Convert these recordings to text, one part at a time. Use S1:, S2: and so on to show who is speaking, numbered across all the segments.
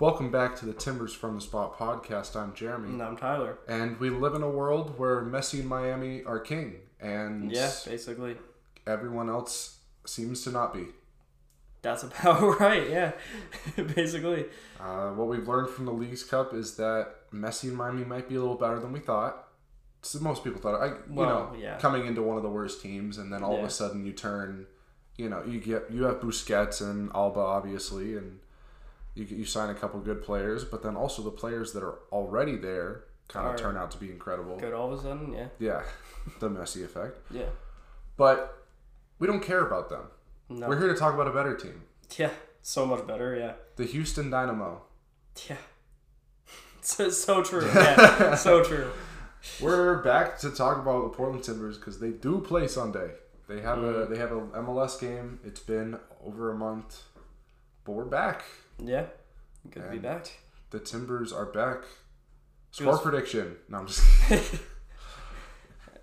S1: Welcome back to the Timbers from the Spot podcast. I'm Jeremy.
S2: And Mm, I'm Tyler.
S1: And we live in a world where Messi and Miami are king, and
S2: Yeah, basically.
S1: everyone else seems to not be.
S2: That's about right, yeah. basically.
S1: Uh, what we've learned from the League's Cup is that Messi and Miami might be a little better than we thought. So most people thought, I, you
S2: Well,
S1: know,
S2: yeah.
S1: coming into one of the worst teams, and then all of
S2: Yeah.
S1: a sudden you turn, you know, you get you have Busquets and Alba, obviously, and you you sign a couple good players, but then also the players that are already there kind of
S2: Are-
S1: turn out to be incredible.
S2: Good all of a sudden, yeah.
S1: Yeah, the Messi effect.
S2: Yeah.
S1: But we don't care about them.
S2: No.
S1: We're here to talk about a better team,
S2: yeah. So much better, yeah.
S1: the Houston Dynamo.
S2: Yeah. so, so true. Yeah. so true.
S1: We're back to talk about the Portland Timbers because they do play Sunday. They have
S2: Mm.
S1: a they have a MLS game. It's been over a month, but we're back.
S2: Yeah. Good to be
S1: And-
S2: back.
S1: The Timbers are back. Score
S2: Feels-
S1: prediction? No, I'm just. Kidding.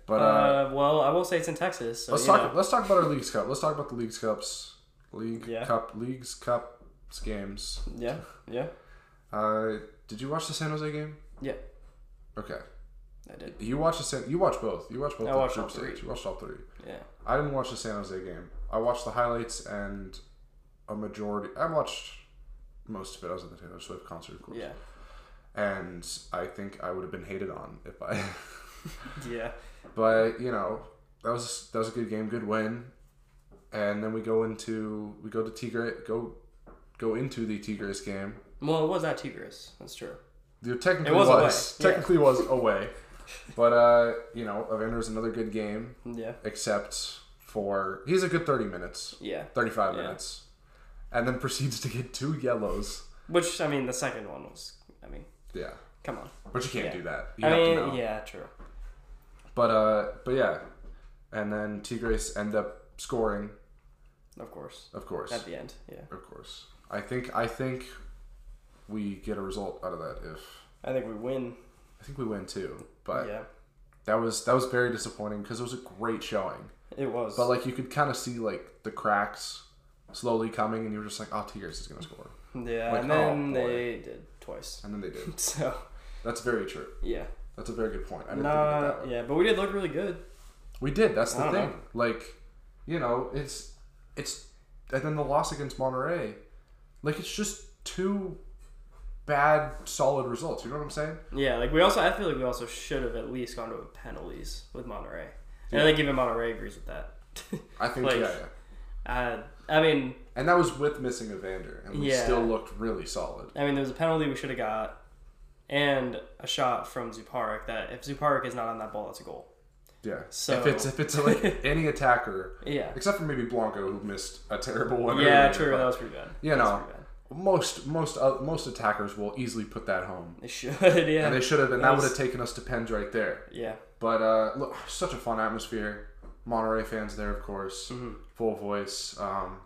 S1: But uh,
S2: Uh, well, I will say it's in Texas, so
S1: let's
S2: you
S1: talk.
S2: know.
S1: Let's talk about our leagues cup. Let's talk about the leagues cups, league
S2: Yeah.
S1: cup, leagues cups games.
S2: Yeah. Yeah.
S1: Uh, did you watch the San Jose game?
S2: Yeah.
S1: Okay,
S2: I did.
S1: you watched the San. You watched both. You watched both.
S2: I
S1: the
S2: watched
S1: group
S2: all three.
S1: stage. You watched all three.
S2: Yeah.
S1: I didn't watch the San Jose game. I watched the highlights and a majority. I watched most of it. I was at the Taylor Swift concert, of course.
S2: Yeah.
S1: And I think I would have been hated on if I.
S2: Yeah.
S1: but you know, that was that was a good game, good win. And then we go into we go to Tigre go go into the Tigres game.
S2: Well, it was at Tigris. That's true.
S1: There technically
S2: It was
S1: was,
S2: away, yeah.
S1: technically was away, but uh, you know, Evander's another good game,
S2: Yeah.
S1: except for he's a good thirty minutes.
S2: Yeah.
S1: 35
S2: Yeah.
S1: minutes and then proceeds to get two yellows
S2: Which I mean, the second one was. I mean,
S1: yeah
S2: come on.
S1: but you can't
S2: Yeah.
S1: do that you
S2: I
S1: have
S2: mean,
S1: to know.
S2: yeah, true.
S1: but uh but yeah and then tigres end up scoring
S2: Of course.
S1: of course
S2: At the end, yeah.
S1: of course i think i think we get a result out of that if
S2: I think we win.
S1: i think we win too but
S2: Yeah,
S1: that was that was very disappointing because it was a great showing
S2: it was.
S1: but like you could kind of see like the cracks slowly coming and you were just like oh tigres is gonna score
S2: yeah,
S1: like,
S2: and then
S1: oh, boy.
S2: they did twice.
S1: and then they did
S2: So
S1: that's very true
S2: yeah,
S1: that's a very good point i didn't think of it that
S2: nah,
S1: way.
S2: yeah, but we did look really good.
S1: We did. That's the
S2: I
S1: thing.
S2: don't
S1: Like, you know, it's it's and then the loss against Monterey, like it's just two bad solid results. You know what I'm saying?
S2: Yeah, like we also, I feel like we also should have at least gone to penalties with Monterey, and I think even Monterey agrees with that.
S1: I think
S2: Like-
S1: yeah, yeah.
S2: uh, I mean,
S1: And that was with missing Evander, and we
S2: Yeah.
S1: still looked really solid.
S2: I mean, there was a penalty we should have got, and a shot from Zuparik that if Zuparik is not on that ball, that's a goal.
S1: Yeah.
S2: So-
S1: if it's if it's like any attacker,
S2: Yeah,
S1: except for maybe Blanco who missed a terrible one.
S2: yeah,
S1: earlier,
S2: true.
S1: but,
S2: That was pretty bad.
S1: You
S2: That was
S1: know,
S2: pretty bad.
S1: most most uh, most attackers will easily put that home,
S2: They should, yeah.
S1: and they should have, and that
S2: That
S1: would have
S2: was-
S1: taken us to pens right there.
S2: yeah.
S1: But uh, look, such a fun atmosphere. Monterey fans there, of course,
S2: Mm-hmm.
S1: full voice. Um,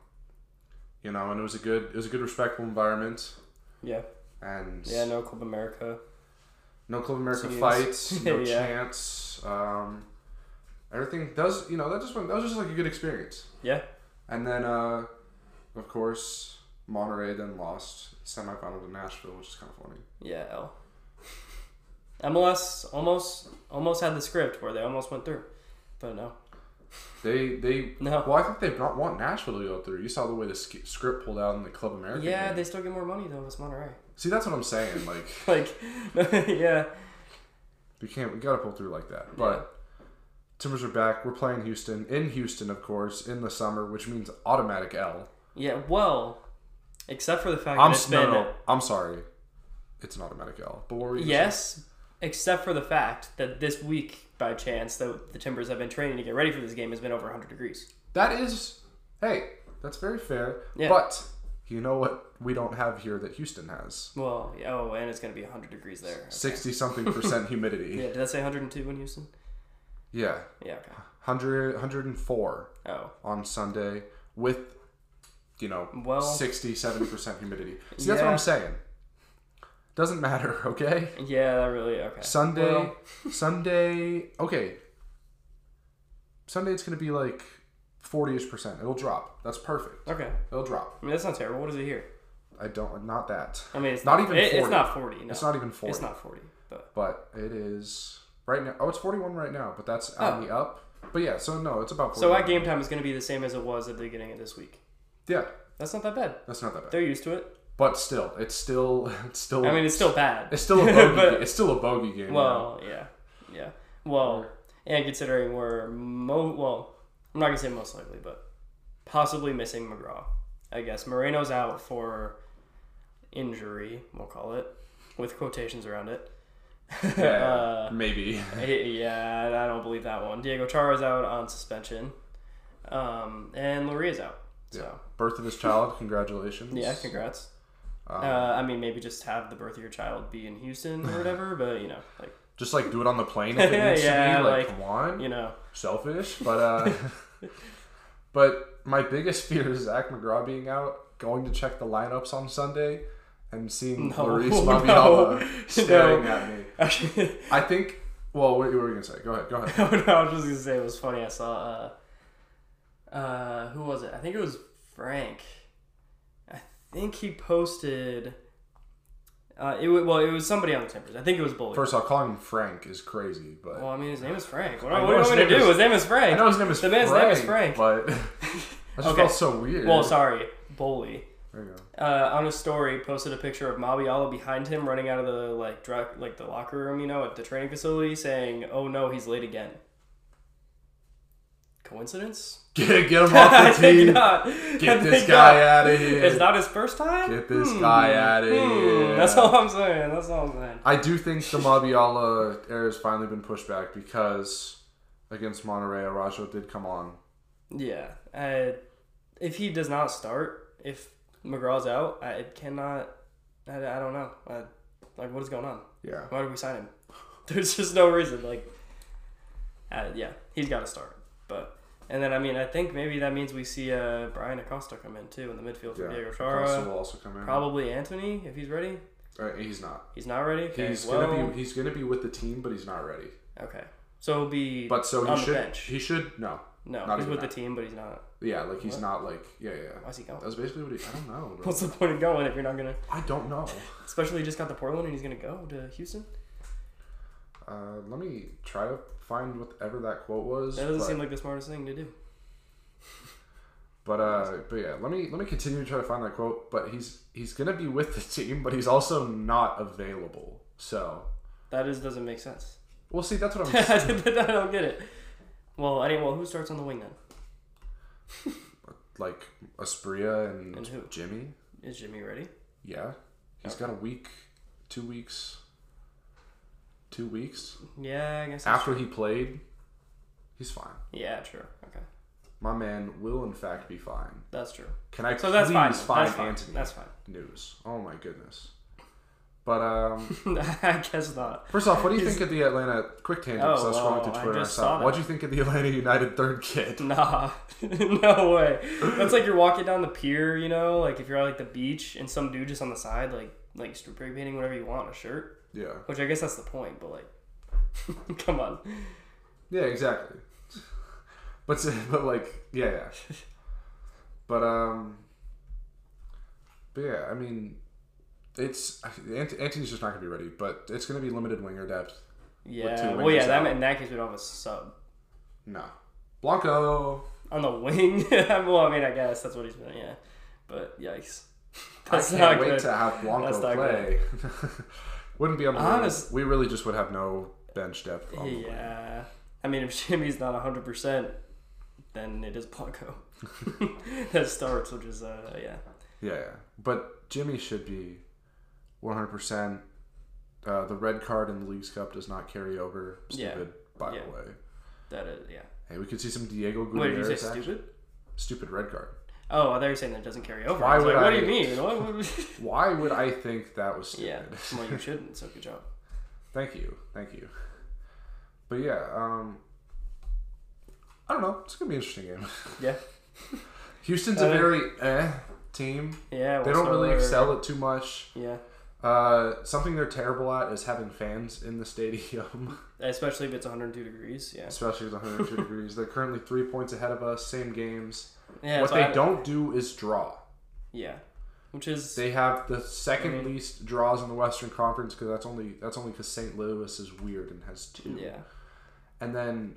S1: you know, and it was a good, it was a good, respectful environment,
S2: Yeah.
S1: and
S2: Yeah, no Club America.
S1: no Club America
S2: Teams.
S1: fights, no
S2: Yeah.
S1: chants. Um, everything does, you know, that just went, that was just like a good experience.
S2: Yeah.
S1: And then, uh, of course, Monterey then lost semifinal to Nashville, which is kind of funny.
S2: Yeah, L. MLS almost almost had the script where they almost went through. But no.
S1: They they
S2: No.
S1: well, I think they don't want Nashville to go through. You saw the way the sk- script pulled out in the Club America.
S2: Yeah,
S1: game.
S2: they still get more money though, it's Monterey.
S1: See, that's what I'm saying. Like,
S2: Like yeah.
S1: we can't. We gotta pull through like that. But Timbers are back. We're playing Houston in Houston, of course, in the summer, which means automatic L.
S2: Yeah, well except for the fact
S1: I'm
S2: that it's
S1: s- no,
S2: been
S1: no, no, I'm sorry. It's an automatic L. But what were you? gonna say?
S2: Yes. Except for the fact that this week, by chance, that the Timbers have been training to get ready for this game has been over 100 degrees.
S1: That is. Hey, that's very fair.
S2: Yeah.
S1: But you know what? We don't have here that Houston has
S2: Well, yeah, oh, and it's going to be 100 degrees there.
S1: sixty something percent humidity.
S2: Yeah, did I say 102 in Houston?
S1: Yeah,
S2: Yeah, okay.
S1: hundred hundred and four
S2: Oh,
S1: on Sunday with, you know,
S2: Well-
S1: 60, 70% humidity. See, that's what
S2: Yeah.
S1: I'm saying. Doesn't matter, okay?
S2: yeah, that really okay.
S1: Sunday,
S2: Well,
S1: Sunday, okay. Sunday it's going to be like 40ish percent. It'll drop. That's perfect.
S2: okay,
S1: It'll drop.
S2: I mean that's not terrible. What is it here?
S1: I don't not that.
S2: I mean, it's
S1: Not
S2: not,
S1: even
S2: even. It's
S1: 40.
S2: not forty. No.
S1: It's not even forty.
S2: It's not forty. But
S1: but it is right now. Oh, it's forty-one right now, but that's on
S2: Oh.
S1: the up. But yeah, so no, it's about 40.
S2: so our game time is going to be the same as it was at the beginning of this week.
S1: yeah,
S2: That's not that bad.
S1: that's not that bad.
S2: They're used to it.
S1: But still, it's still it's still
S2: I mean, it's still bad.
S1: it's still a bogey.
S2: but-
S1: ga- it's still a bogey game. yeah.
S2: Well, yeah, yeah. Well, and considering we're mo well, I'm not gonna say most likely, but possibly missing McGraw. I guess Moreno's out for injury. We'll call it with quotations around it.
S1: yeah,
S2: uh,
S1: maybe.
S2: yeah, I don't believe that one. Diego Chara's out on suspension, um, and Luria's out. So
S1: Birth of his child. Congratulations.
S2: yeah, congrats.
S1: Um,
S2: Uh, I mean, maybe just have the birth of your child be in Houston or whatever, but you know, like
S1: Just like do it on the plane if it needs to
S2: Yeah,
S1: be. Like,
S2: like,
S1: come on,
S2: you know,
S1: selfish. But uh, but my biggest fear is Zach McGraw being out, going to check the lineups on Sunday, and seeing
S2: No,
S1: Maurice
S2: no,
S1: Mabiala
S2: no.
S1: staring at me.
S2: Actually,
S1: I think. Well, what, what were you gonna say? Go ahead. Go ahead.
S2: no, no, I was just gonna say it was funny. I saw uh, uh, who was it? I think it was Frank. I think he posted. Uh, it wa- well, it was somebody on the Timbers. I think it was Bully.
S1: First off, calling him Frank is crazy, but
S2: well, I mean, his name is Frank. What,
S1: I
S2: what
S1: know
S2: do you
S1: his
S2: want me to
S1: name
S2: do?
S1: is-
S2: his name is Frank.
S1: I know his name is
S2: The
S1: Frank,
S2: man's name is Frank.
S1: But that just
S2: Okay.
S1: felt so weird.
S2: Well, sorry, Bully.
S1: There you go.
S2: Uh, on his story, posted a picture of Mabiala behind him running out of the like drug, like the locker room, you know, at the training facility, saying, "Oh no, he's late again." Coincidence?
S1: Get, get him off the
S2: think
S1: team.
S2: not.
S1: Get
S2: I
S1: this
S2: think
S1: guy
S2: not.
S1: out of here.
S2: It's not his first time.
S1: Get this
S2: Hmm.
S1: guy out of here.
S2: Hmm. That's all I'm saying. That's all I'm saying.
S1: I do think the Mabiala era has finally been pushed back because against Monterey, Arajo did come on.
S2: Yeah. I, if he does not start, if McGraw's out, I cannot. I, I don't know. I, like, what is going on?
S1: Yeah.
S2: Why did we sign him? There's just no reason. Like, uh, yeah, he's got to start. But and then I mean I think maybe that means we see uh, Brian Acosta come in too in the midfield for
S1: Yeah.
S2: Diego
S1: Costa
S2: Chara.
S1: will also come in.
S2: Probably Anthony if he's ready.
S1: Uh, he's not.
S2: He's not ready. Okay,
S1: He's
S2: well-
S1: gonna be. He's gonna be with the team, but he's not ready.
S2: Okay. So he'll be
S1: But so he
S2: on the
S1: should.
S2: bench.
S1: He should no.
S2: no,
S1: not
S2: he's
S1: even
S2: with
S1: that.
S2: the team, but he's not.
S1: Yeah, like he's not like yeah yeah. yeah.
S2: Why's he going?
S1: That's basically what he. I don't know. Bro.
S2: What's the point of going if you're not gonna?
S1: I don't know.
S2: Especially he just got to Portland and he's gonna go to Houston.
S1: Uh, let me try to find whatever that quote was.
S2: That doesn't
S1: but,
S2: seem like the smartest thing to do.
S1: But uh, but yeah, let me let me continue to try to find that quote. But he's he's gonna be with the team, but he's also not available. So
S2: That is doesn't make sense.
S1: we'll see. That's what I'm.
S2: I don't get it. Well, I well, who starts on the wing then?
S1: like Aspria and,
S2: And who?
S1: Jimmy.
S2: Is Jimmy ready?
S1: Yeah, he's got a week, two weeks, two weeks
S2: Yeah, I guess. that's
S1: after he played. He's fine.
S2: true. Yeah, true. Okay,
S1: My man will in fact be fine.
S2: that's true.
S1: Can I
S2: So that's
S1: please
S2: fine.
S1: find
S2: that's fine.
S1: Anthony?
S2: That's fine.
S1: News. Oh my goodness. But um.
S2: I guess not.
S1: First off, what do you
S2: Is-
S1: think of the Atlanta quick tangent?
S2: Oh,
S1: so I scrolled
S2: wow,
S1: through
S2: I
S1: Twitter
S2: just
S1: and I
S2: saw
S1: saw.
S2: that.
S1: What do you think of the Atlanta United third kid?
S2: Nah, no way. That's like you're walking down the pier, you know, like if you're at like the beach and some dude just on the side, like like strip painting whatever you want on a shirt.
S1: Yeah,
S2: Which I guess that's the point, but like, come on.
S1: yeah, exactly. But s- but like yeah, yeah. But um, but yeah, I mean, it's Ant- Anthony's just not gonna be ready, but it's gonna be limited winger depth. two
S2: Yeah. Well,
S1: wingers
S2: yeah. That
S1: out.
S2: in that case we'd have a sub
S1: No, Blanco.
S2: on the wing. well, I mean, I guess that's what he's been. Yeah. But yikes, that's
S1: I
S2: not
S1: can't wait
S2: good.
S1: to have Blanco
S2: That's not
S1: play. Wouldn't be on the
S2: Honest-
S1: Honest. We really just would have no bench depth. On the wing.
S2: Yeah. I mean, if Jimmy's not hundred percent, then it is Blanco that starts, which is uh yeah.
S1: Yeah, yeah. but Jimmy should be 100%. Uh, the red card in the League's Cup does not carry over.
S2: Yeah.
S1: Stupid, by
S2: Yeah.
S1: the way.
S2: That is yeah.
S1: Hey, we could see some Diego
S2: Wait, did
S1: Gutierrez
S2: you say
S1: action.
S2: stupid?
S1: Stupid red card.
S2: Oh, I thought you were saying that doesn't carry over.
S1: Why
S2: I was
S1: would
S2: like, What
S1: I-
S2: do you mean? What would...
S1: Why would I think that was stupid?
S2: yeah. Well, you shouldn't. So good job.
S1: Thank you. Thank you. But yeah, um, I don't know. It's going to be an interesting game.
S2: Yeah.
S1: Houston's a
S2: Uh,
S1: very eh team.
S2: Yeah.
S1: They don't really
S2: whatsoever.
S1: excel at too much.
S2: Yeah.
S1: Uh, something they're terrible at is having fans in the stadium.
S2: Especially if it's 102 degrees. Yeah.
S1: especially with 102 degrees. They're currently three points ahead of us, same games.
S2: Yeah.
S1: what
S2: so
S1: they
S2: I-
S1: don't do is draw.
S2: Yeah. which is
S1: They have the second
S2: I mean-
S1: least draws in the Western Conference because that's only that's only because St. Louis is weird and has two.
S2: yeah.
S1: And then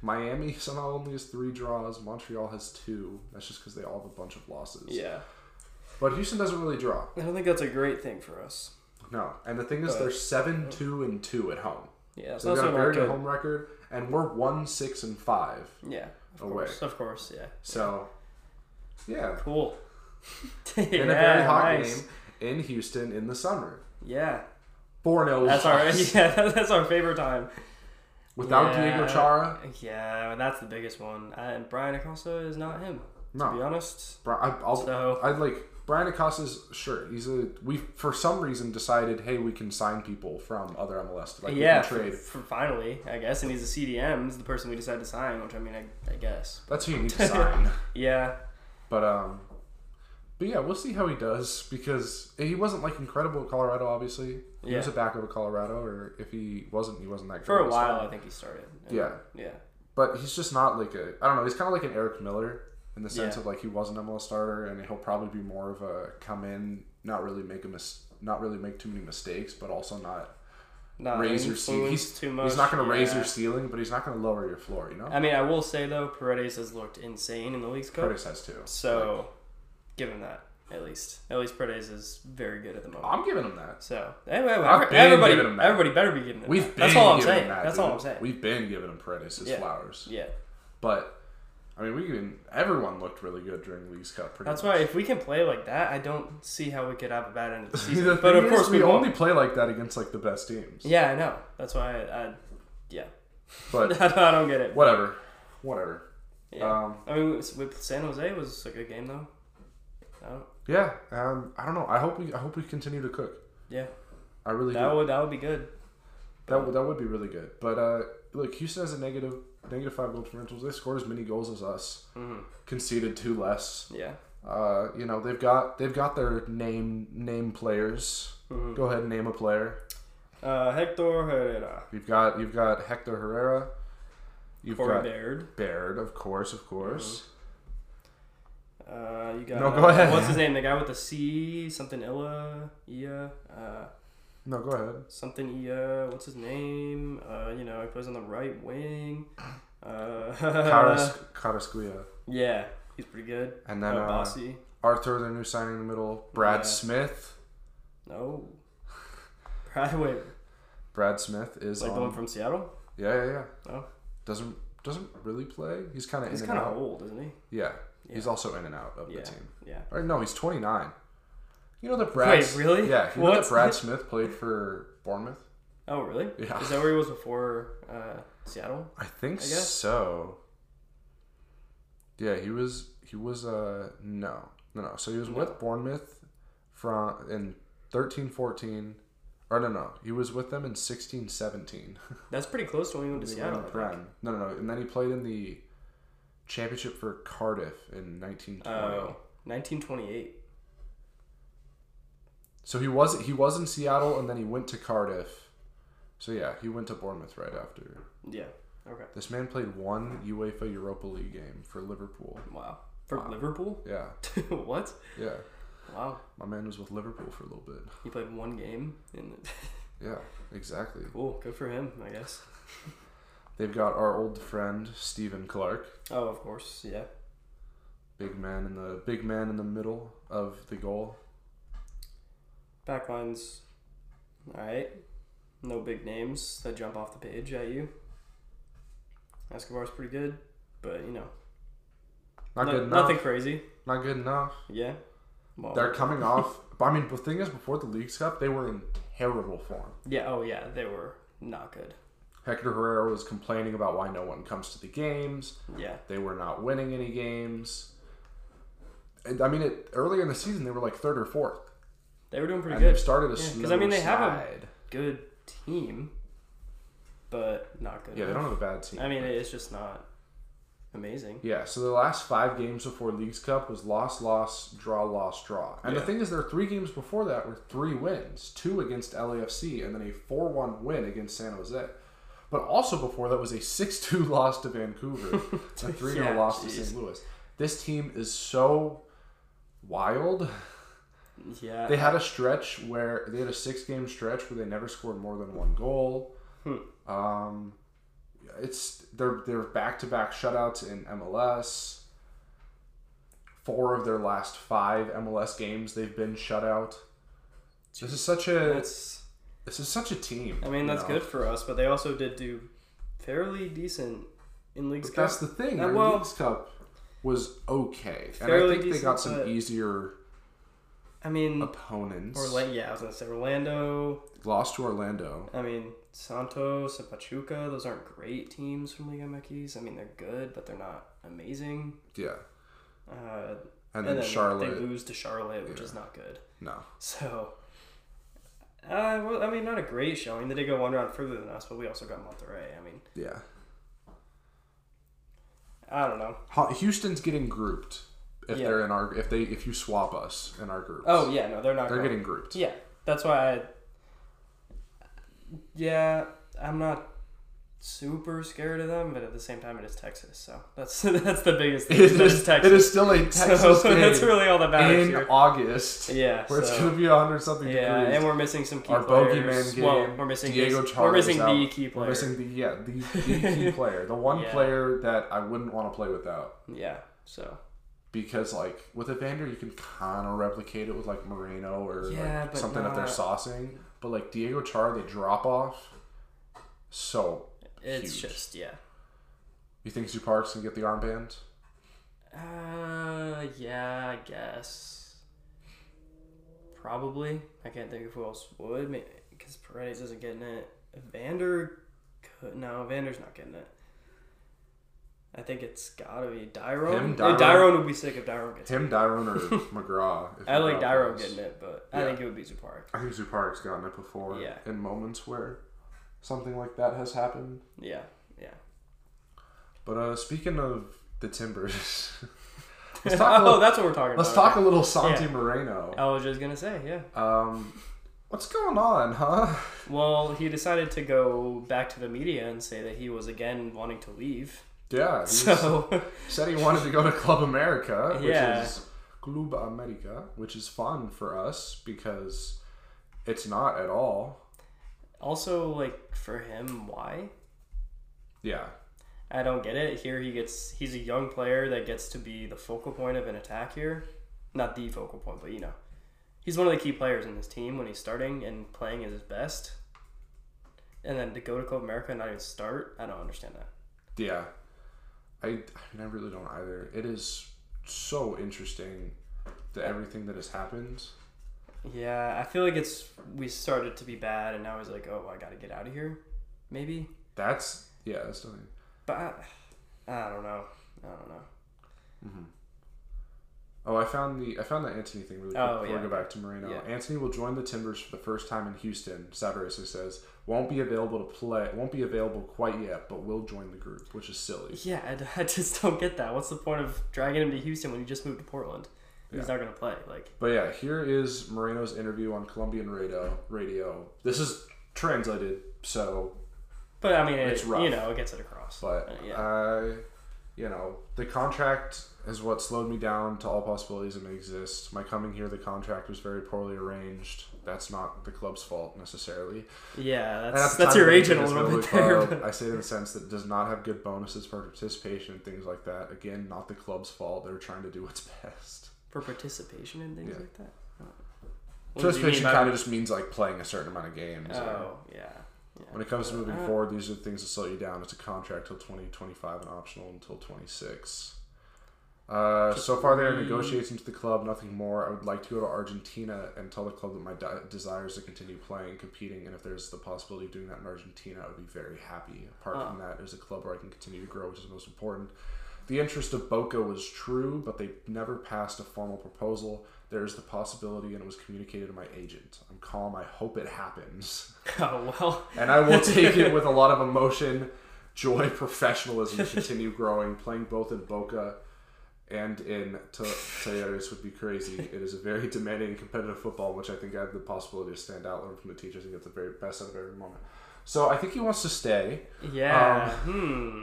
S1: Miami somehow only has three draws. Montreal has two. That's just because they all have a bunch of losses.
S2: Yeah.
S1: But Houston doesn't really draw.
S2: I don't think that's a great thing for us.
S1: No. And the thing is, they're seven two and two at home.
S2: Yeah, it's
S1: So they've
S2: also
S1: got a
S2: not
S1: very good
S2: good.
S1: home record, and we're one six and five.
S2: Yeah, of
S1: away.
S2: course, of course, yeah.
S1: So, yeah,
S2: Cool.
S1: in a very hot game in Houston in the summer.
S2: Yeah,
S1: Four 0
S2: that's our yeah that's our favorite time.
S1: without
S2: Yeah.
S1: Diego Chara.
S2: Yeah, that's the biggest one. And Brian Acosta is not him.
S1: No. Oh,
S2: To be honest,
S1: Bri- I, I'll,
S2: So-
S1: I like Brian Acosta's sure he's a we for some reason decided hey we can sign people from other MLS like
S2: yeah,
S1: we can
S2: for,
S1: trade.
S2: for finally, I guess, and he's a CDM. He's the person we decided to sign, which I mean, I, I guess.
S1: That's who you need to sign.
S2: Yeah,
S1: But um, but yeah, we'll see how he does because he wasn't like incredible at Colorado. Obviously, he was
S2: Yeah.
S1: a backup at Colorado, or if he wasn't, he wasn't that
S2: for
S1: great
S2: a
S1: at
S2: while
S1: starting.
S2: I think he started.
S1: Yeah.
S2: yeah,
S1: But he's just not like a I don't know. He's kind of like an Eric Miller in the sense
S2: Yeah.
S1: of like he was an MLS starter, and he'll probably be more of a come in, not really make a mis- not really make too many mistakes, but also not
S2: not
S1: raise your ceiling.
S2: influenced
S1: He's,
S2: too much.
S1: he's not going to raise
S2: yeah.
S1: your ceiling, but he's not going to lower your floor. You know,
S2: I mean, I will say though, Paredes has looked insane in the league's cup.
S1: Curtis has too.
S2: So, give him that at least. At least Paredes is very good at the moment.
S1: I'm giving him that.
S2: so anyway,
S1: I've
S2: every-
S1: been
S2: everybody,
S1: giving him that.
S2: everybody better be giving him.
S1: We've
S2: that.
S1: been
S2: That's all I'm
S1: giving
S2: saying.
S1: him that.
S2: That's
S1: dude.
S2: all I'm saying.
S1: We've been giving him Paredes his
S2: Yeah.
S1: flowers.
S2: yeah,
S1: But I mean, we can. Everyone looked really good during League's Cup. Pretty
S2: that's
S1: much.
S2: why if we can play like that, I don't see how we could have a bad end of the season.
S1: The
S2: but
S1: thing
S2: of
S1: is,
S2: course,
S1: we,
S2: we won't.
S1: only play like that against like the best teams.
S2: Yeah, I know. That's why I, I yeah,
S1: But
S2: I don't get it.
S1: whatever, whatever.
S2: Yeah.
S1: Um,
S2: I mean, with- with San Jose was a good game though. I don't,
S1: yeah. Um, I don't know. I hope we. I hope we continue to cook.
S2: yeah,
S1: I really.
S2: that
S1: do.
S2: would that would be good.
S1: That would, that would be really good. But uh, look, Houston has a negative negative five goal differential. They scored as many goals as us,
S2: Mhm.
S1: conceded two less.
S2: Yeah,
S1: Uh, you know they've got they've got their name name players. Go ahead and name a player.
S2: Mm-hmm. uh, Hector Herrera,
S1: You've got you've got Hector Herrera. You've
S2: Corey
S1: got
S2: Baird.
S1: Baird, of course, of course.
S2: Uh, you got
S1: No, go ahead.
S2: What's his name? The guy with the C, something Illa, Ia, uh,
S1: No, go ahead.
S2: something Ia. What's his name? Uh, you know, he plays on the right wing. Uh,
S1: Karas Karasquia.
S2: yeah, he's pretty good.
S1: And then
S2: uh,
S1: uh,
S2: Bossy.
S1: Arthur, their new signing in the middle. Brad
S2: Yeah.
S1: Smith.
S2: No. Brad, wait,
S1: Brad Smith is
S2: like the one
S1: on.
S2: from Seattle.
S1: yeah, yeah, yeah.
S2: Oh,
S1: Doesn't doesn't really play. He's kind of in
S2: he's
S1: and
S2: kind
S1: out.
S2: of old, isn't he?
S1: Yeah. He's
S2: Yeah.
S1: also in and out of
S2: Yeah.
S1: the team.
S2: Yeah.
S1: Or no, he's 29. You know that Brad.
S2: Wait, really?
S1: Yeah. You know
S2: What?
S1: that Brad Smith played for Bournemouth?
S2: Oh, really?
S1: Yeah.
S2: Is that where he was before uh, Seattle?
S1: I think
S2: I guess.
S1: so. Yeah, he was. He was. Uh, no, no, no. So he was with Bournemouth from in thirteen fourteen, or no, no. He was with them in sixteen seventeen.
S2: That's pretty close to when he went to Seattle. I think.
S1: Prem. No, no, no. And then he played in the championship for Cardiff in nineteen twenty.
S2: Oh, 1928.
S1: So he was he was in Seattle and then he went to Cardiff. So yeah, he went to Bournemouth right after.
S2: Yeah. Okay.
S1: This man played one UEFA Europa League game for Liverpool.
S2: Wow. For Liverpool?
S1: Yeah,
S2: what?
S1: yeah.
S2: Wow.
S1: My man was with Liverpool for a little bit.
S2: He played one game in the...
S1: Yeah, exactly.
S2: Cool. Good for him, I guess.
S1: They've got our old friend Stephen Clark,
S2: Oh, of course. Yeah.
S1: big man in the big man in the middle of the goal.
S2: Backlines. All right. No big names that jump off the page at you. Escobar's pretty good, but you know,
S1: Not
S2: no-
S1: good enough.
S2: nothing crazy.
S1: Not good enough.
S2: Yeah. Well,
S1: They're coming off. I mean, the thing is, before the League's Cup, they were in terrible form.
S2: yeah. Oh, yeah. They were not good.
S1: Hector Herrera was complaining about why no one comes to the games.
S2: Yeah.
S1: They were not winning any games. And, I mean, it, earlier in the season they were like third or fourth,
S2: They were doing pretty
S1: and they've
S2: good.
S1: started a
S2: Yeah, 'cause,
S1: slow
S2: I mean, they have a-
S1: slide.
S2: Good team, but not good.
S1: yeah, they
S2: enough.
S1: don't have a bad team.
S2: I mean, it's just not amazing.
S1: yeah, so the last five games before League's Cup was loss, loss, draw, loss, draw. And
S2: Yeah.
S1: the thing is, their three games before that were three wins, two against LAFC, and then a four-one win against San Jose. But also before that was a six-two loss to Vancouver, and a three-zero
S2: Yeah,
S1: loss
S2: jeez.
S1: to St. Louis. This team is so wild.
S2: Yeah.
S1: They had a stretch where they had a six game stretch where they never scored more than one goal.
S2: Hmm.
S1: Um, it's they're they're back to back shutouts in MLS. Four of their last five MLS games, they've been shut out. This is such a
S2: That's.
S1: this is such a team.
S2: I mean,
S1: you know?
S2: that's good for us, but they also did do fairly decent in leagues.
S1: But that's
S2: Cup.
S1: the thing.
S2: Uh,
S1: Their
S2: well-
S1: Leagues Cup was okay, and I
S2: Fairly
S1: think they
S2: decent,
S1: got some
S2: but- Mm.
S1: easier
S2: I mean,
S1: opponents.
S2: Orlando. Yeah, I was gonna say Orlando.
S1: Lost to Orlando.
S2: I mean, Santos and Pachuca. Those aren't great teams from Liga MX. I mean, they're good, but they're not amazing.
S1: Yeah,
S2: Uh,
S1: and, then, Charlotte.
S2: They lose to Charlotte, which is
S1: Yeah.
S2: not good.
S1: no,
S2: So, uh, well, I mean, not a great showing. They did go one round further than us, but we also got Monterrey. I mean,
S1: yeah.
S2: I don't know.
S1: Ho- Houston's getting grouped if
S2: Yeah.
S1: they're in our if they if you swap us in our groups.
S2: Oh yeah, no, they're not.
S1: they're
S2: going.
S1: getting grouped.
S2: Yeah, that's why I. Yeah, I'm not super scared of them, but at the same time, it is Texas, so that's that's the biggest thing.
S1: It
S2: It's
S1: is,
S2: Texas.
S1: it is still a Texas
S2: so
S1: game
S2: that's really all that matters
S1: in
S2: here.
S1: August,
S2: Yeah,
S1: where it's
S2: so-
S1: going to be hundred something
S2: yeah,
S1: degrees.
S2: and we're missing some key
S1: our
S2: players.
S1: bogeyman game.
S2: Well, we're missing
S1: Diego
S2: this-
S1: Charles.
S2: We're missing
S1: out.
S2: the key player.
S1: We're missing the yeah the, the key player, the one
S2: Yeah.
S1: player that I wouldn't want to play without.
S2: Yeah, so
S1: because like with Evander you can kind of replicate it with like Moreno or
S2: Yeah,
S1: like
S2: but
S1: something that they're
S2: not-
S1: saucing, but like Diego Char the drop off, so
S2: it's
S1: huge.
S2: just yeah.
S1: you think Zuparks can get the armband?
S2: Uh, yeah, I guess. Probably. I can't think of who else would. Because Paredes isn't getting it. Vander. Could, no, Vander's not getting it. I think it's gotta be Dyron.
S1: Him,
S2: Dyron.
S1: Dyron.
S2: would be sick if Dyron gets it.
S1: Tim Dyron or McGraw? if
S2: I like
S1: McGraw
S2: Dyron
S1: plays.
S2: getting it, but I
S1: Yeah.
S2: think it would be Zupark.
S1: I think Zupark's gotten it before.
S2: Yeah.
S1: in moments where something like that has happened.
S2: Yeah, yeah.
S1: But uh speaking of the Timbers,
S2: Let's
S1: let's talk. a
S2: oh,
S1: little,
S2: that's what we're talking
S1: let's
S2: about.
S1: talk a little Santi
S2: Yeah. Oh.
S1: Moreno.
S2: I was just gonna say, yeah.
S1: Um, what's going on, huh?
S2: Well, he decided to go back to the media and say that he was again wanting to leave.
S1: Yeah, he's-
S2: So,
S1: said he wanted to go to Club America, which
S2: Yeah.
S1: is Club America, which is fun for us because it's not at all.
S2: Also, like for him, why?
S1: Yeah,
S2: I don't get it. Here he gets he's a young player that gets to be the focal point of an attack here. Not the focal point, but you know. He's one of the key players in this team when he's starting and playing at his best. And then to go to Club America and not even start, I don't understand that.
S1: yeah. I, I mean, I really don't either. It is so interesting that everything that has happened.
S2: Yeah, I feel like it's we started to be bad and now he's like, Oh, I gotta get out of here. Maybe.
S1: That's yeah, that's nothing.
S2: But I, I don't know. I don't know.
S1: Oh, I found the I found the Anthony thing really quick
S2: Oh,
S1: before
S2: yeah.
S1: we go back to Moreno.
S2: Yeah.
S1: Anthony will join the Timbers for the first time in Houston. Savarese says won't be available to play, won't be available quite yet, but will join the group, which is silly.
S2: Yeah, I d- I, just don't get that. What's the point of dragging him to Houston when he just moved to Portland? He's not gonna play. Like,
S1: But yeah, here is Moreno's interview on Colombian radio. Radio. This is translated, so
S2: but I mean, it,
S1: It's rough.
S2: you know, it gets it across.
S1: but
S2: Uh, yeah,
S1: I, you know, the contract is what slowed me down to all possibilities that may exist. My coming here, the contract was very poorly arranged. That's not the club's fault necessarily.
S2: yeah,
S1: And
S2: that's
S1: at the
S2: that's
S1: time,
S2: your
S1: the
S2: agent a
S1: Lakers
S2: little
S1: were
S2: bit
S1: really
S2: there.
S1: club.
S2: but-
S1: uh, I say it in the sense that does not have good bonuses for participation and things like that. Again, not the club's fault. They're trying to do what's best.
S2: for participation and things
S1: Yeah.
S2: like that. What do you mean
S1: Participation
S2: by-
S1: kind of just means like playing a certain amount of games. or-
S2: Oh yeah,
S1: When it comes to moving forward, these are the things that slow you down. It's a contract till 2025 and optional until 26. Uh, so far, they are
S2: read.
S1: negotiating to the club, nothing more. I would like to go to Argentina and tell the club that my di- desire is to continue playing, competing, and if there's the possibility of doing that in Argentina, I would be very happy. Apart from that, there's a club where I can continue to grow, which is most important. The interest of Boca was true, but they never passed a formal proposal. There is the possibility, and it was communicated to my agent. I'm calm. I hope it happens
S2: oh well,
S1: and I will take it with a lot of emotion, joy, professionalism to continue growing. Playing both in Boca and in Ta- Talleres would be crazy. It is a very demanding and competitive football, which I think I have the possibility to stand out, learn from the teachers, and get the very best out of every moment. So I think he wants to stay. Um,
S2: yeah. hmm.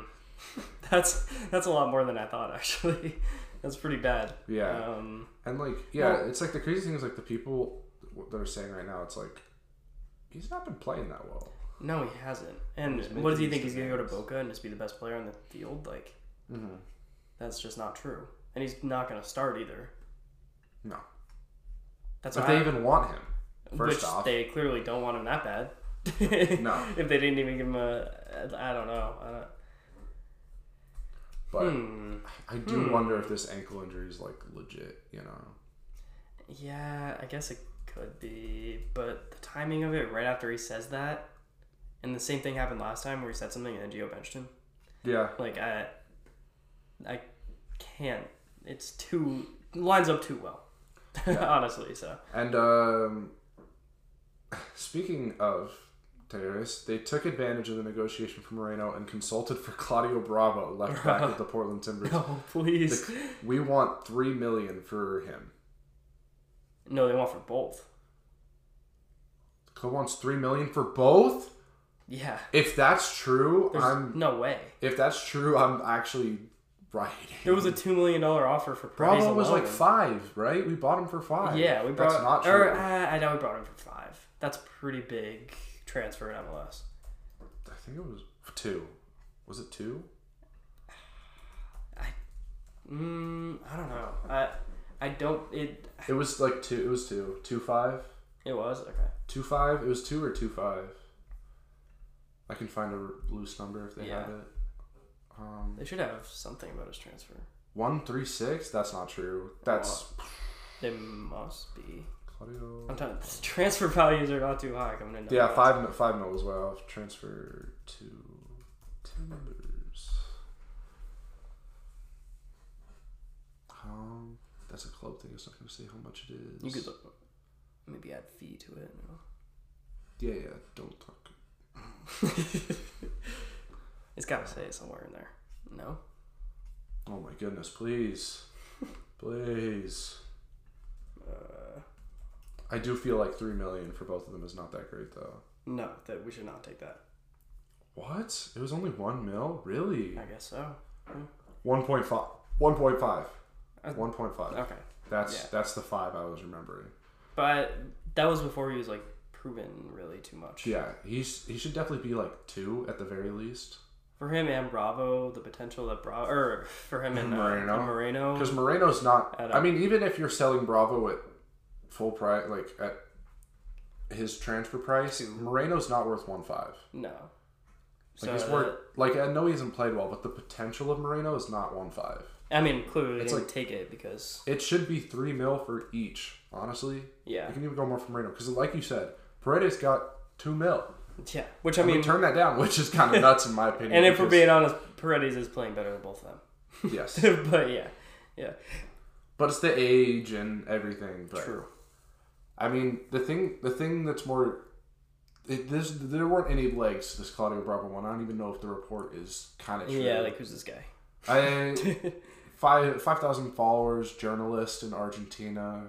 S2: That's that's a lot more than I thought actually. That's pretty bad.
S1: Yeah.
S2: Um,
S1: And like, yeah,
S2: Well-
S1: it's like the crazy thing is like the people that are saying right now, it's like he's not been playing that well.
S2: no, he hasn't. And
S1: He's
S2: what does he
S1: making
S2: think? He's going to go to
S1: mistakes.
S2: Boca and just be the best player on the field? Like,
S1: Mm-hmm.
S2: that's just not true. And he's not going to start either.
S1: No,
S2: That's
S1: if
S2: what
S1: they
S2: I-
S1: even want him. First
S2: which
S1: off,
S2: they clearly don't want him that bad.
S1: No.
S2: If they didn't even give him a, I don't know. I don't,
S1: but
S2: hmm.
S1: I do wonder if this ankle injury is like legit. You know,
S2: Yeah, I guess it could be, but the timing of it right after he says that, and the same thing happened last time where he said something and then Gio benched him.
S1: yeah,
S2: Like I, I can't. It's too lines up too well, honestly. So
S1: and um, speaking of. Terrorists, they took advantage of the negotiation for Moreno and consulted for Claudio Bravo, left back of the Portland Timbers.
S2: no, please.
S1: We want three million for him.
S2: No, they want for both.
S1: Club wants three million for both.
S2: Yeah,
S1: If that's true,
S2: there's
S1: I'm.
S2: no way.
S1: If that's true, I'm actually right.
S2: There was a two million dollar offer for Paredes
S1: Bravo was
S2: alone.
S1: like five, right? We bought him for five.
S2: Yeah, we brought.
S1: That's not true.
S2: Or, uh, I know we brought him for five. That's a pretty big transfer in MLS.
S1: I think it was two. Was it two?
S2: Mm, I don't know. I I don't. It
S1: It was like two. It was two. Two five.
S2: it was okay.
S1: Two five. It was two or two five. I can find a loose number if they have
S2: Yeah.
S1: it. Um,
S2: They should have something about his transfer.
S1: one three six. That's not true. That's
S2: They must be.
S1: Claudio.
S2: I'm telling the transfer values are not too high coming into
S1: Yeah,
S2: MLS.
S1: five mil- five mil as well. Transfer to Timbers. Um, that's a club thing. It's not going to say how much it is.
S2: You could look, maybe add fee to it. you
S1: Yeah, yeah. Don't talk.
S2: know? it's got to say it somewhere in there. No.
S1: Oh my goodness! Please, please.
S2: Uh,
S1: I do feel like three million for both of them is not that great though.
S2: no, that we should not take that.
S1: What? It was only one mil, really?
S2: I guess so.
S1: One point five. One point five.
S2: Uh,
S1: One point five.
S2: Okay.
S1: That's
S2: yeah.
S1: that's the five I was remembering.
S2: But that was before he was like proven really too much.
S1: Yeah, he's he should definitely be like two at the very least.
S2: For him and Bravo, the potential that Bravo, or for him and uh,
S1: Moreno.
S2: and Moreno
S1: Because Moreno's not.
S2: At
S1: I mean, even if you're selling Bravo at full price, like at his transfer price, Moreno's not worth one five.
S2: no.
S1: Like
S2: So
S1: he's worth. Like I know he hasn't played well, but the potential of Moreno is not one five.
S2: I mean, clearly they
S1: It's
S2: didn't
S1: like-
S2: take it because
S1: It should be three mil for each. Honestly,
S2: yeah,
S1: you can even go more for Moreno because, like you said, Paredes got two mil.
S2: yeah. Which I
S1: I mean,
S2: mean,
S1: turn that down, which is kind of nuts in my opinion.
S2: and if we're
S1: because-
S2: being honest, Paredes is playing better than both of
S1: yes,
S2: them. but yeah, yeah,
S1: but it's the age and everything. But
S2: true.
S1: I mean, the thing the thing that's more it, this there weren't any legs to this Claudio Bravo one. I don't even know if the report is kind of true.
S2: Yeah, like who's this guy?
S1: I five five thousand followers, journalist in Argentina,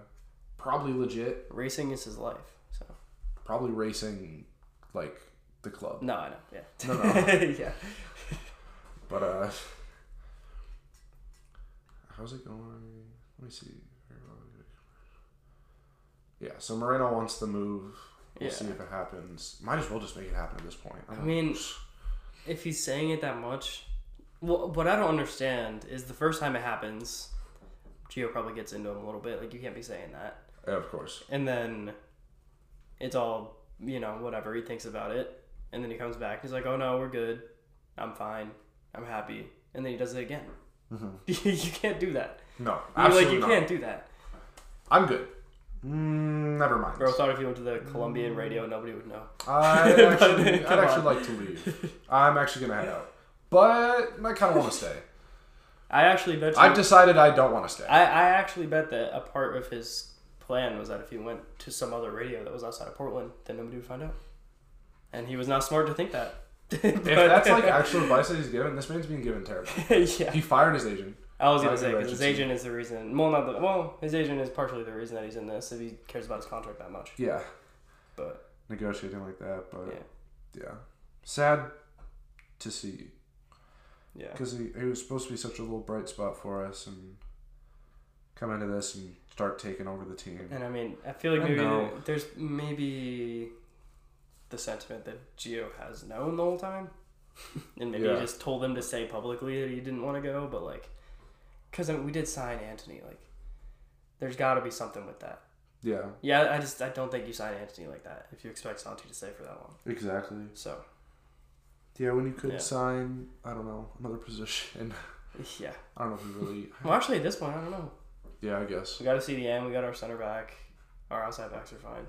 S1: probably legit,
S2: Racing is his life. So
S1: probably racing like the club.
S2: no, I know. Yeah,
S1: No, no.
S2: yeah.
S1: But uh, how's it going? Let me see. Yeah, so Moreno wants the move. We'll
S2: Yeah.
S1: see if it happens. Might as well just make it happen at this point.
S2: I mean, if he's saying it that much, well, what I don't understand is the first time it happens, Gio probably gets into him a little bit. Like you can't be saying that.
S1: Yeah, of course.
S2: and then it's all you know whatever he thinks about it and then he comes back he's like oh no we're good i'm fine i'm happy and then he does it again you can't do that
S1: No,
S2: You're like
S1: Mm-hmm. absolutely
S2: you
S1: not.
S2: can't do that
S1: I'm good. Mm, never mind.
S2: bro thought if you went to the colombian
S1: Mm.
S2: radio nobody would know
S1: I actually, I'd
S2: Come
S1: actually
S2: on.
S1: like to leave. I'm actually gonna head out, but I kind of want to stay.
S2: i actually bet you,
S1: I've decided I don't want to stay.
S2: I, I actually bet that a part of his plan was that if he went to some other radio that was outside of portland then nobody would find out and he was not smart to think that
S1: if that's like actual advice that he's given, this man's being given terrible.
S2: yeah
S1: He fired his agent.
S2: I was gonna
S1: Roger
S2: say 'cause his
S1: Richardson.
S2: agent is the reason. Well, not the, well, his agent is partially the reason that he's in this. If he cares about his contract that much,
S1: Yeah,
S2: but
S1: negotiating like that, but
S2: Yeah.
S1: yeah, sad to see
S2: yeah,
S1: because he, he was supposed to be such a little bright spot for us, and come into this and start taking over the team.
S2: And I mean, I feel like
S1: I
S2: maybe
S1: know.
S2: there's maybe the sentiment that Gio has known the whole time, and maybe
S1: Yeah.
S2: he just told them to say publicly that he didn't want to go. But like, because I mean, we did sign Anthony. Like, there's got to be something with that.
S1: Yeah,
S2: Yeah, I just I don't think you sign Anthony like that if you expect Santi to stay for that long.
S1: exactly.
S2: So
S1: Yeah, when you could
S2: Yeah.
S1: sign, I don't know, another position.
S2: yeah.
S1: I don't know if we really.
S2: Well, actually, at this point, I don't know.
S1: Yeah, I guess.
S2: We got a CDM. We got our center back. Our outside backs are fine.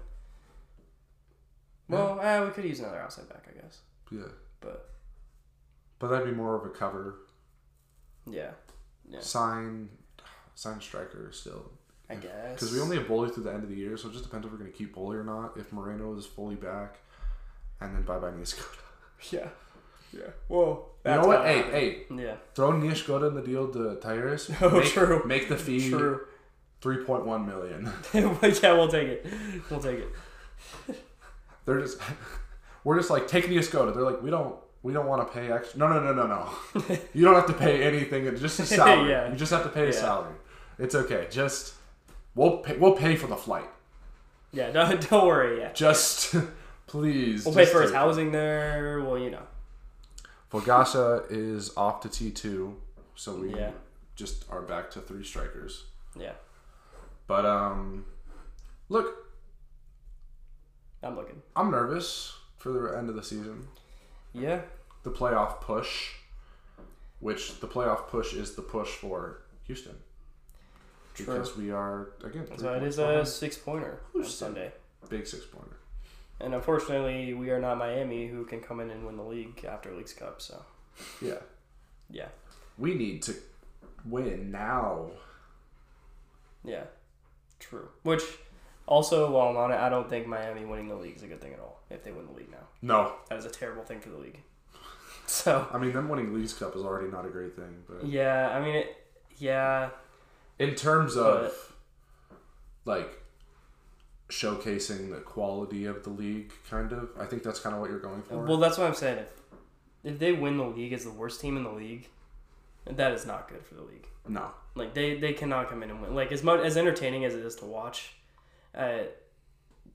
S2: Well, eh, we could use another outside back, I guess.
S1: Yeah,
S2: But
S1: but that'd be more of a cover.
S2: yeah, Yeah.
S1: Sign, sign striker still.
S2: I guess
S1: Because we only have Bully through the end of the year, so it just depends if we're going to keep Bully or not. If Moreno is fully back, and then bye bye Niashkoda.
S2: yeah yeah. Well,
S1: You know what? Hey, hey,
S2: Yeah.
S1: throw Niashkoda in the deal to Tyrus.
S2: Oh,
S1: make,
S2: true.
S1: Make the fee
S2: True.
S1: three point one million.
S2: But yeah, we'll take it. We'll take it.
S1: They're just, we're just like take Niashkoda. They're like we don't. We don't want to pay extra. No, no, no, no, no. you don't have to pay anything. It's just a salary.
S2: Yeah.
S1: You just have to pay a
S2: Yeah.
S1: salary. It's okay. Just we'll pay, we'll pay for the flight.
S2: Yeah. Don't don't worry. Yeah.
S1: Just please.
S2: We'll pay
S1: just
S2: for his
S1: take it.
S2: housing there. Well, you know.
S1: Volgasa is off to T2, so we
S2: Yeah.
S1: just are back to three strikers.
S2: Yeah.
S1: But um look,
S2: I'm looking.
S1: I'm nervous for the end of the season.
S2: Yeah.
S1: The playoff push, which the playoff push is the push for Houston.
S2: True.
S1: Because we are again three
S2: So it
S1: points
S2: is a
S1: behind.
S2: six pointer on
S1: Who's
S2: Sunday.
S1: big six pointer.
S2: And unfortunately, we are not Miami, who can come in and win the league after League's Cup. So,
S1: Yeah.
S2: yeah,
S1: We need to win now.
S2: yeah, true. Which, also, while I'm on it, I don't think Miami winning the league is a good thing at all. If they win the league now,
S1: No.
S2: that is a terrible thing for the league. So,
S1: I mean them winning League's Cup is already not a great thing, but
S2: yeah, I mean, it, yeah,
S1: in terms of like showcasing the quality of the league kind of i think that's kind of what you're going for
S2: well, that's what I'm saying. If, if they win the league as the worst team in the league, that is not good for the league.
S1: no
S2: Like they they cannot come in and win. Like as much as entertaining as it is to watch, uh,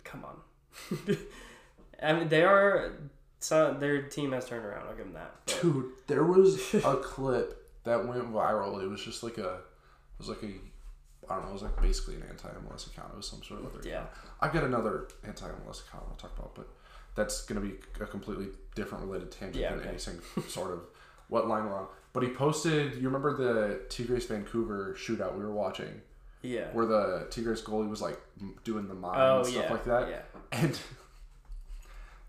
S2: come on. I mean, they are. So their team has turned around. I'll give them that. But
S1: dude there was a clip that went viral it was just like a it was like a I don't know. It was like basically an anti-MLS account. It was some sort of other.
S2: Yeah.
S1: account. I've got another anti-MLS account I'll talk about, but that's going to be a completely different related tangent
S2: Yeah,
S1: than
S2: okay.
S1: anything sort of what line we're on. But he posted. You remember the Tigres Vancouver shootout we were watching?
S2: yeah.
S1: where the Tigres goalie was like m- doing the mime
S2: Oh
S1: and stuff
S2: yeah.
S1: like that.
S2: Yeah.
S1: And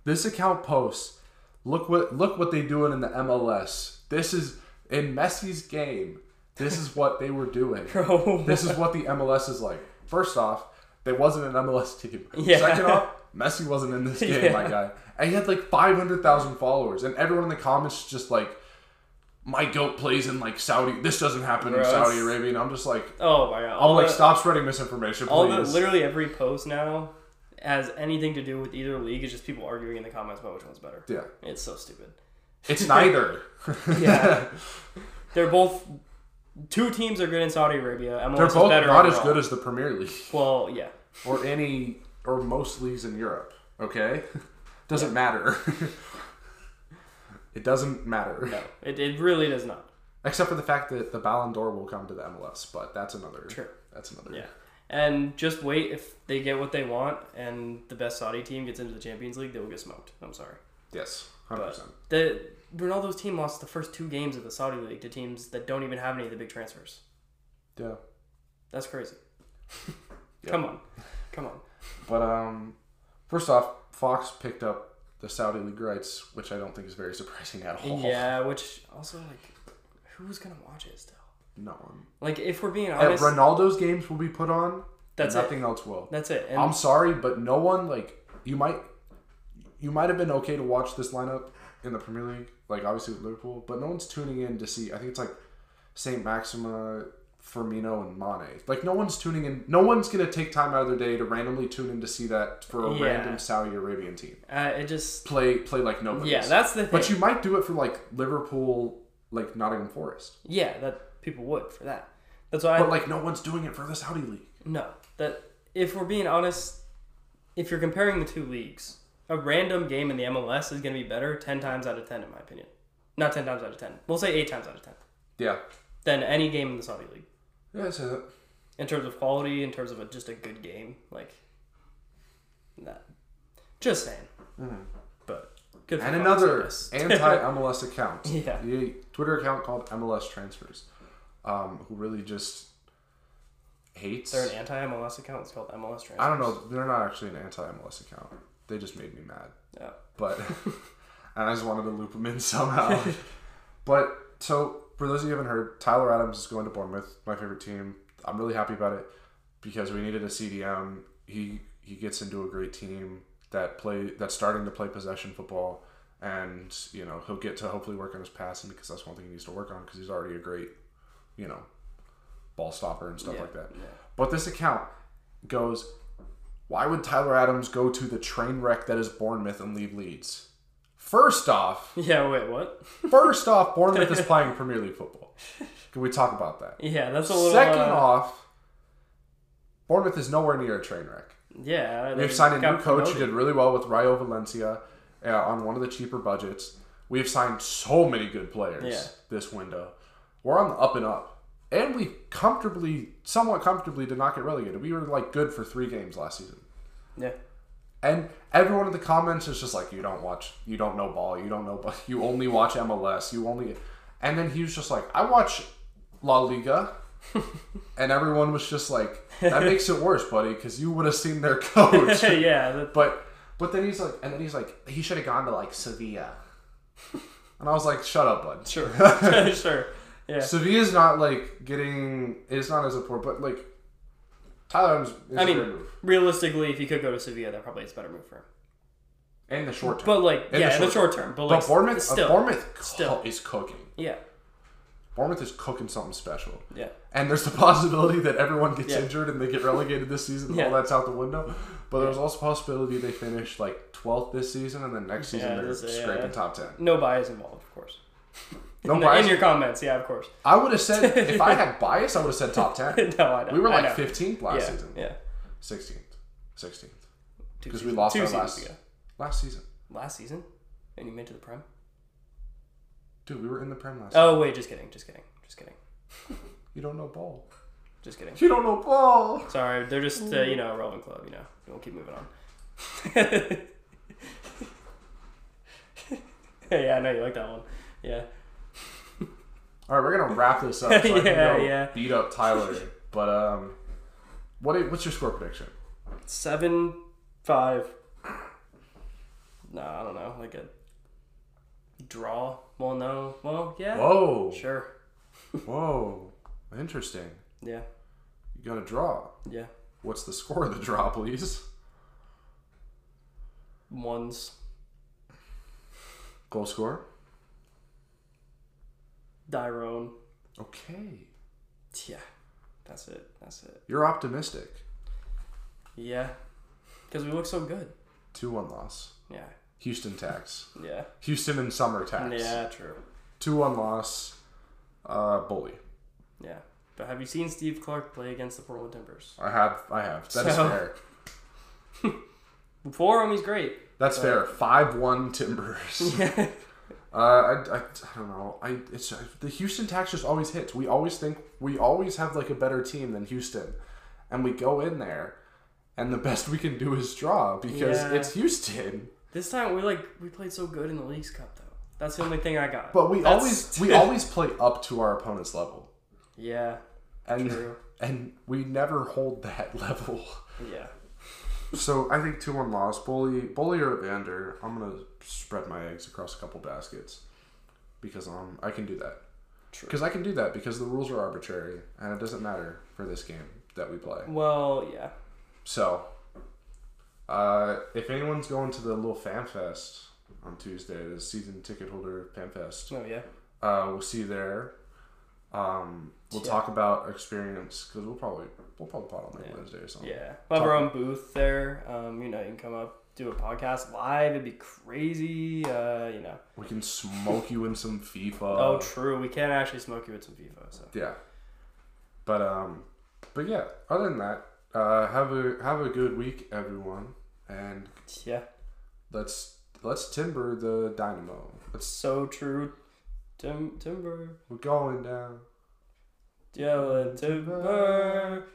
S1: this account posts, look what look what they doing in the MLS. This is in Messi's game. This is what they were doing.
S2: Bro.
S1: This is what the MLS is like. First off, there wasn't an MLS team.
S2: Yeah.
S1: Second off, Messi wasn't in this game, my
S2: Yeah.
S1: guy. And he had like 500,000 followers, and everyone in the comments is just like, my goat plays in like Saudi. This doesn't happen in
S2: Bro,
S1: Saudi
S2: it's-
S1: Arabia. And I'm just like,
S2: oh my god.
S1: I'm
S2: All
S1: like,
S2: the,
S1: stop spreading misinformation, please.
S2: all the literally every post now has anything to do with either league. It's just people arguing in the comments about which one's better.
S1: yeah,
S2: It's so stupid.
S1: it's neither.
S2: Yeah. They're both. Two teams are good in Saudi Arabia. MLS
S1: they're
S2: is
S1: both
S2: better
S1: not as
S2: overall.
S1: good as the Premier League
S2: Well, yeah.
S1: or any or most leagues in Europe. Okay, doesn't matter. it doesn't matter,
S2: No, it, it really does not.
S1: except for the fact that the Ballon d'Or will come to the MLS, but that's another.
S2: True.
S1: That's another.
S2: Yeah. And just wait if they get what they want and the best Saudi team gets into the Champions League, they will get smoked. I'm sorry.
S1: Yes, hundred
S2: But
S1: percent.
S2: the Ronaldo's team lost the first two games of the Saudi League to teams that don't even have any of the big transfers.
S1: Yeah,
S2: That's crazy.
S1: Yeah.
S2: Come on. Come on.
S1: but um, first off, Fox picked up the Saudi league rights, which I don't think is very surprising at all.
S2: Yeah, which also like who's gonna watch it still?
S1: no one.
S2: Like if we're being
S1: And
S2: honest,
S1: Ronaldo's games will be put on.
S2: that's it.
S1: nothing else will.
S2: That's it. And
S1: I'm sorry, but no one like you might you might have been okay to watch this lineup in the Premier League, like obviously with Liverpool, but no one's tuning in to see. I think it's like Saint Maxima, Firmino, and Mane. Like no one's tuning in. No one's gonna take time out of their day to randomly tune in to see that for a
S2: Yeah.
S1: random Saudi Arabian team
S2: uh, it just
S1: play play like nobody.
S2: yeah, that's the thing.
S1: but you might do it for like Liverpool, like Nottingham Forest.
S2: Yeah, that people would for that. That's why. I,
S1: But like no one's doing it for the Saudi league.
S2: no, that if we're being honest, if you're comparing the two leagues, a random game in the MLS is going to be better ten times out of ten, in my opinion. Not ten times out of ten. We'll say eight times out of ten
S1: Yeah.
S2: than any game in the Saudi league
S1: Yeah, I said that.
S2: in terms of quality, in terms of a, just a good game, like that. Just saying, but good.
S1: Mm-hmm.
S2: for
S1: And
S2: Fox, I
S1: another
S2: guess.
S1: anti MLS account.
S2: Yeah.
S1: The Twitter account called MLS Transfers, um, who really just hates.
S2: They're an anti MLS account. It's called MLS Transfer.
S1: I don't know. They're not actually an anti MLS account. They just made me mad.
S2: Yeah.
S1: But and I just wanted to loop them in somehow. but so for those of you who haven't heard, Tyler Adams is going to Bournemouth, my favorite team. I'm really happy about it because we needed a CDM. He he gets into a great team that play that's starting to play possession football, and you know he'll get to hopefully work on his passing because that's one thing he needs to work on because he's already a great, you know, ball stopper and stuff
S2: Yeah,
S1: like that.
S2: yeah.
S1: But this account goes, why would Tyler Adams go to the train wreck that is Bournemouth and leave Leeds? First off,
S2: Yeah. Wait. What?
S1: first off, Bournemouth is playing Premier League football. Can we talk about that?
S2: Yeah. That's a little.
S1: Second
S2: uh,
S1: off, Bournemouth is nowhere near a train wreck.
S2: Yeah.
S1: We've signed a new coach who did really well with Rayo Valencia uh, on one of the cheaper budgets. We've signed so many good players
S2: Yeah.
S1: this window. We're on the up and up. And we comfortably, somewhat comfortably, did not get relegated. We were like good for three games last season.
S2: Yeah.
S1: And everyone in the comments is just like, you don't watch, you don't know ball, you don't know, ball. you only watch MLS, you only. And then he was just like, I watch La Liga. and everyone was just like, that makes it worse, buddy, because you would have seen their coach.
S2: yeah. That,
S1: But but then he's like, and then he's like, he should have gone to like Sevilla. And I was like, shut up, bud.
S2: sure. sure. Yeah.
S1: Sevilla's not like getting, it's not as important, but like, Tyler Adams is
S2: I
S1: a
S2: mean-
S1: great move.
S2: Realistically, if he could go to Sevilla, that probably is a better move for him.
S1: In the short term.
S2: But like,
S1: In the
S2: yeah, in the
S1: short
S2: short term. But like,
S1: But Bournemouth, uh,
S2: still,
S1: Bournemouth co-
S2: still.
S1: is cooking.
S2: yeah,
S1: Bournemouth is cooking something special.
S2: yeah,
S1: And there's the possibility that everyone gets
S2: Yeah.
S1: injured and they get relegated this season. and
S2: Yeah.
S1: All that's out the window. But there's also a possibility they finish like 12th this season and then next season
S2: Yeah,
S1: they're
S2: that's- yeah.
S1: scraping top 10.
S2: no bias involved, of course.
S1: No
S2: in, the-
S1: bias.
S2: in your comments, yeah, of course.
S1: I would have said, if I had bias, I would have said top 10.
S2: no, I know.
S1: We were
S2: I
S1: like
S2: know.
S1: 15th last
S2: yeah,
S1: season.
S2: Yeah,
S1: 16th. 16th.
S2: Two
S1: 'Cause we
S2: seasons-
S1: lost
S2: two
S1: our
S2: seasons
S1: last-
S2: ago.
S1: Last season.
S2: last season, and you made it to the prem.
S1: Dude, we were in the Prem last
S2: Oh wait, just kidding, just kidding, just kidding,
S1: You don't know ball.
S2: just kidding.
S1: You don't know ball.
S2: Sorry, they're just uh, you know a relevant club. You know, we'll keep moving on. yeah, I know you like that one. Yeah,
S1: All right, we're going to wrap this up. So I can
S2: Yeah,
S1: go
S2: yeah.
S1: beat up Tyler. But um, what? i- what's your score prediction?
S2: seven five. No, I don't know, like a draw. Well, no, well, yeah,
S1: Whoa.
S2: sure,
S1: Whoa. Interesting.
S2: yeah,
S1: You got a draw.
S2: yeah,
S1: What's the score of the draw, please?
S2: ones.
S1: Goal score?
S2: Dyrone.
S1: Okay.
S2: Yeah, that's it. That's it.
S1: You're optimistic.
S2: Yeah, because we look so good.
S1: 2 1 loss.
S2: Yeah,
S1: Houston tax.
S2: yeah,
S1: Houston and summer tax.
S2: yeah. True.
S1: 2 1 loss. Uh, bully.
S2: Yeah, but have you seen Steve Clark play against the Portland Timbers?
S1: I have. I have. That is
S2: So-
S1: fair.
S2: For him, he's great.
S1: That's fair. 5 1 Timbers. Uh, I, I, I don't know. I it's uh, the Houston tax just always hits. We always think we always have like a better team than Houston, and we go in there, and the best we can do is draw because
S2: Yeah.
S1: it's Houston.
S2: this time we like we played so good in the League's Cup though. That's the only thing I got.
S1: But we
S2: That's-
S1: always we always play up to our opponent's level,
S2: yeah,
S1: and
S2: True.
S1: and we never hold that level.
S2: yeah,
S1: So I think two one loss. Bully bully or Evander. I'm gonna spread my eggs across a couple baskets because um I can do that.
S2: true.
S1: Because I can do that because the rules are arbitrary and it doesn't matter for this game that we play.
S2: Well, yeah,
S1: So, uh, if anyone's going to the little fan fest on Tuesday, the season ticket holder fan fest,
S2: oh yeah,
S1: uh, we'll see you there. Um, we'll
S2: Yeah.
S1: talk about our experience because we'll probably we'll probably pot on like
S2: Yeah.
S1: Wednesday or something.
S2: yeah. We'll have our own booth there. Um, you know, you can come up, do a podcast live. It'd be crazy. Uh, you know.
S1: We can smoke you in some FIFA.
S2: oh, true. We can actually smoke you with some FIFA. So
S1: yeah. But um, but yeah. Other than that, uh, have a have a good week, everyone, and
S2: Yeah.
S1: let's let's timber the dynamo. Let's
S2: So true. Tim- timber.
S1: we're going down.
S2: Yellow timber.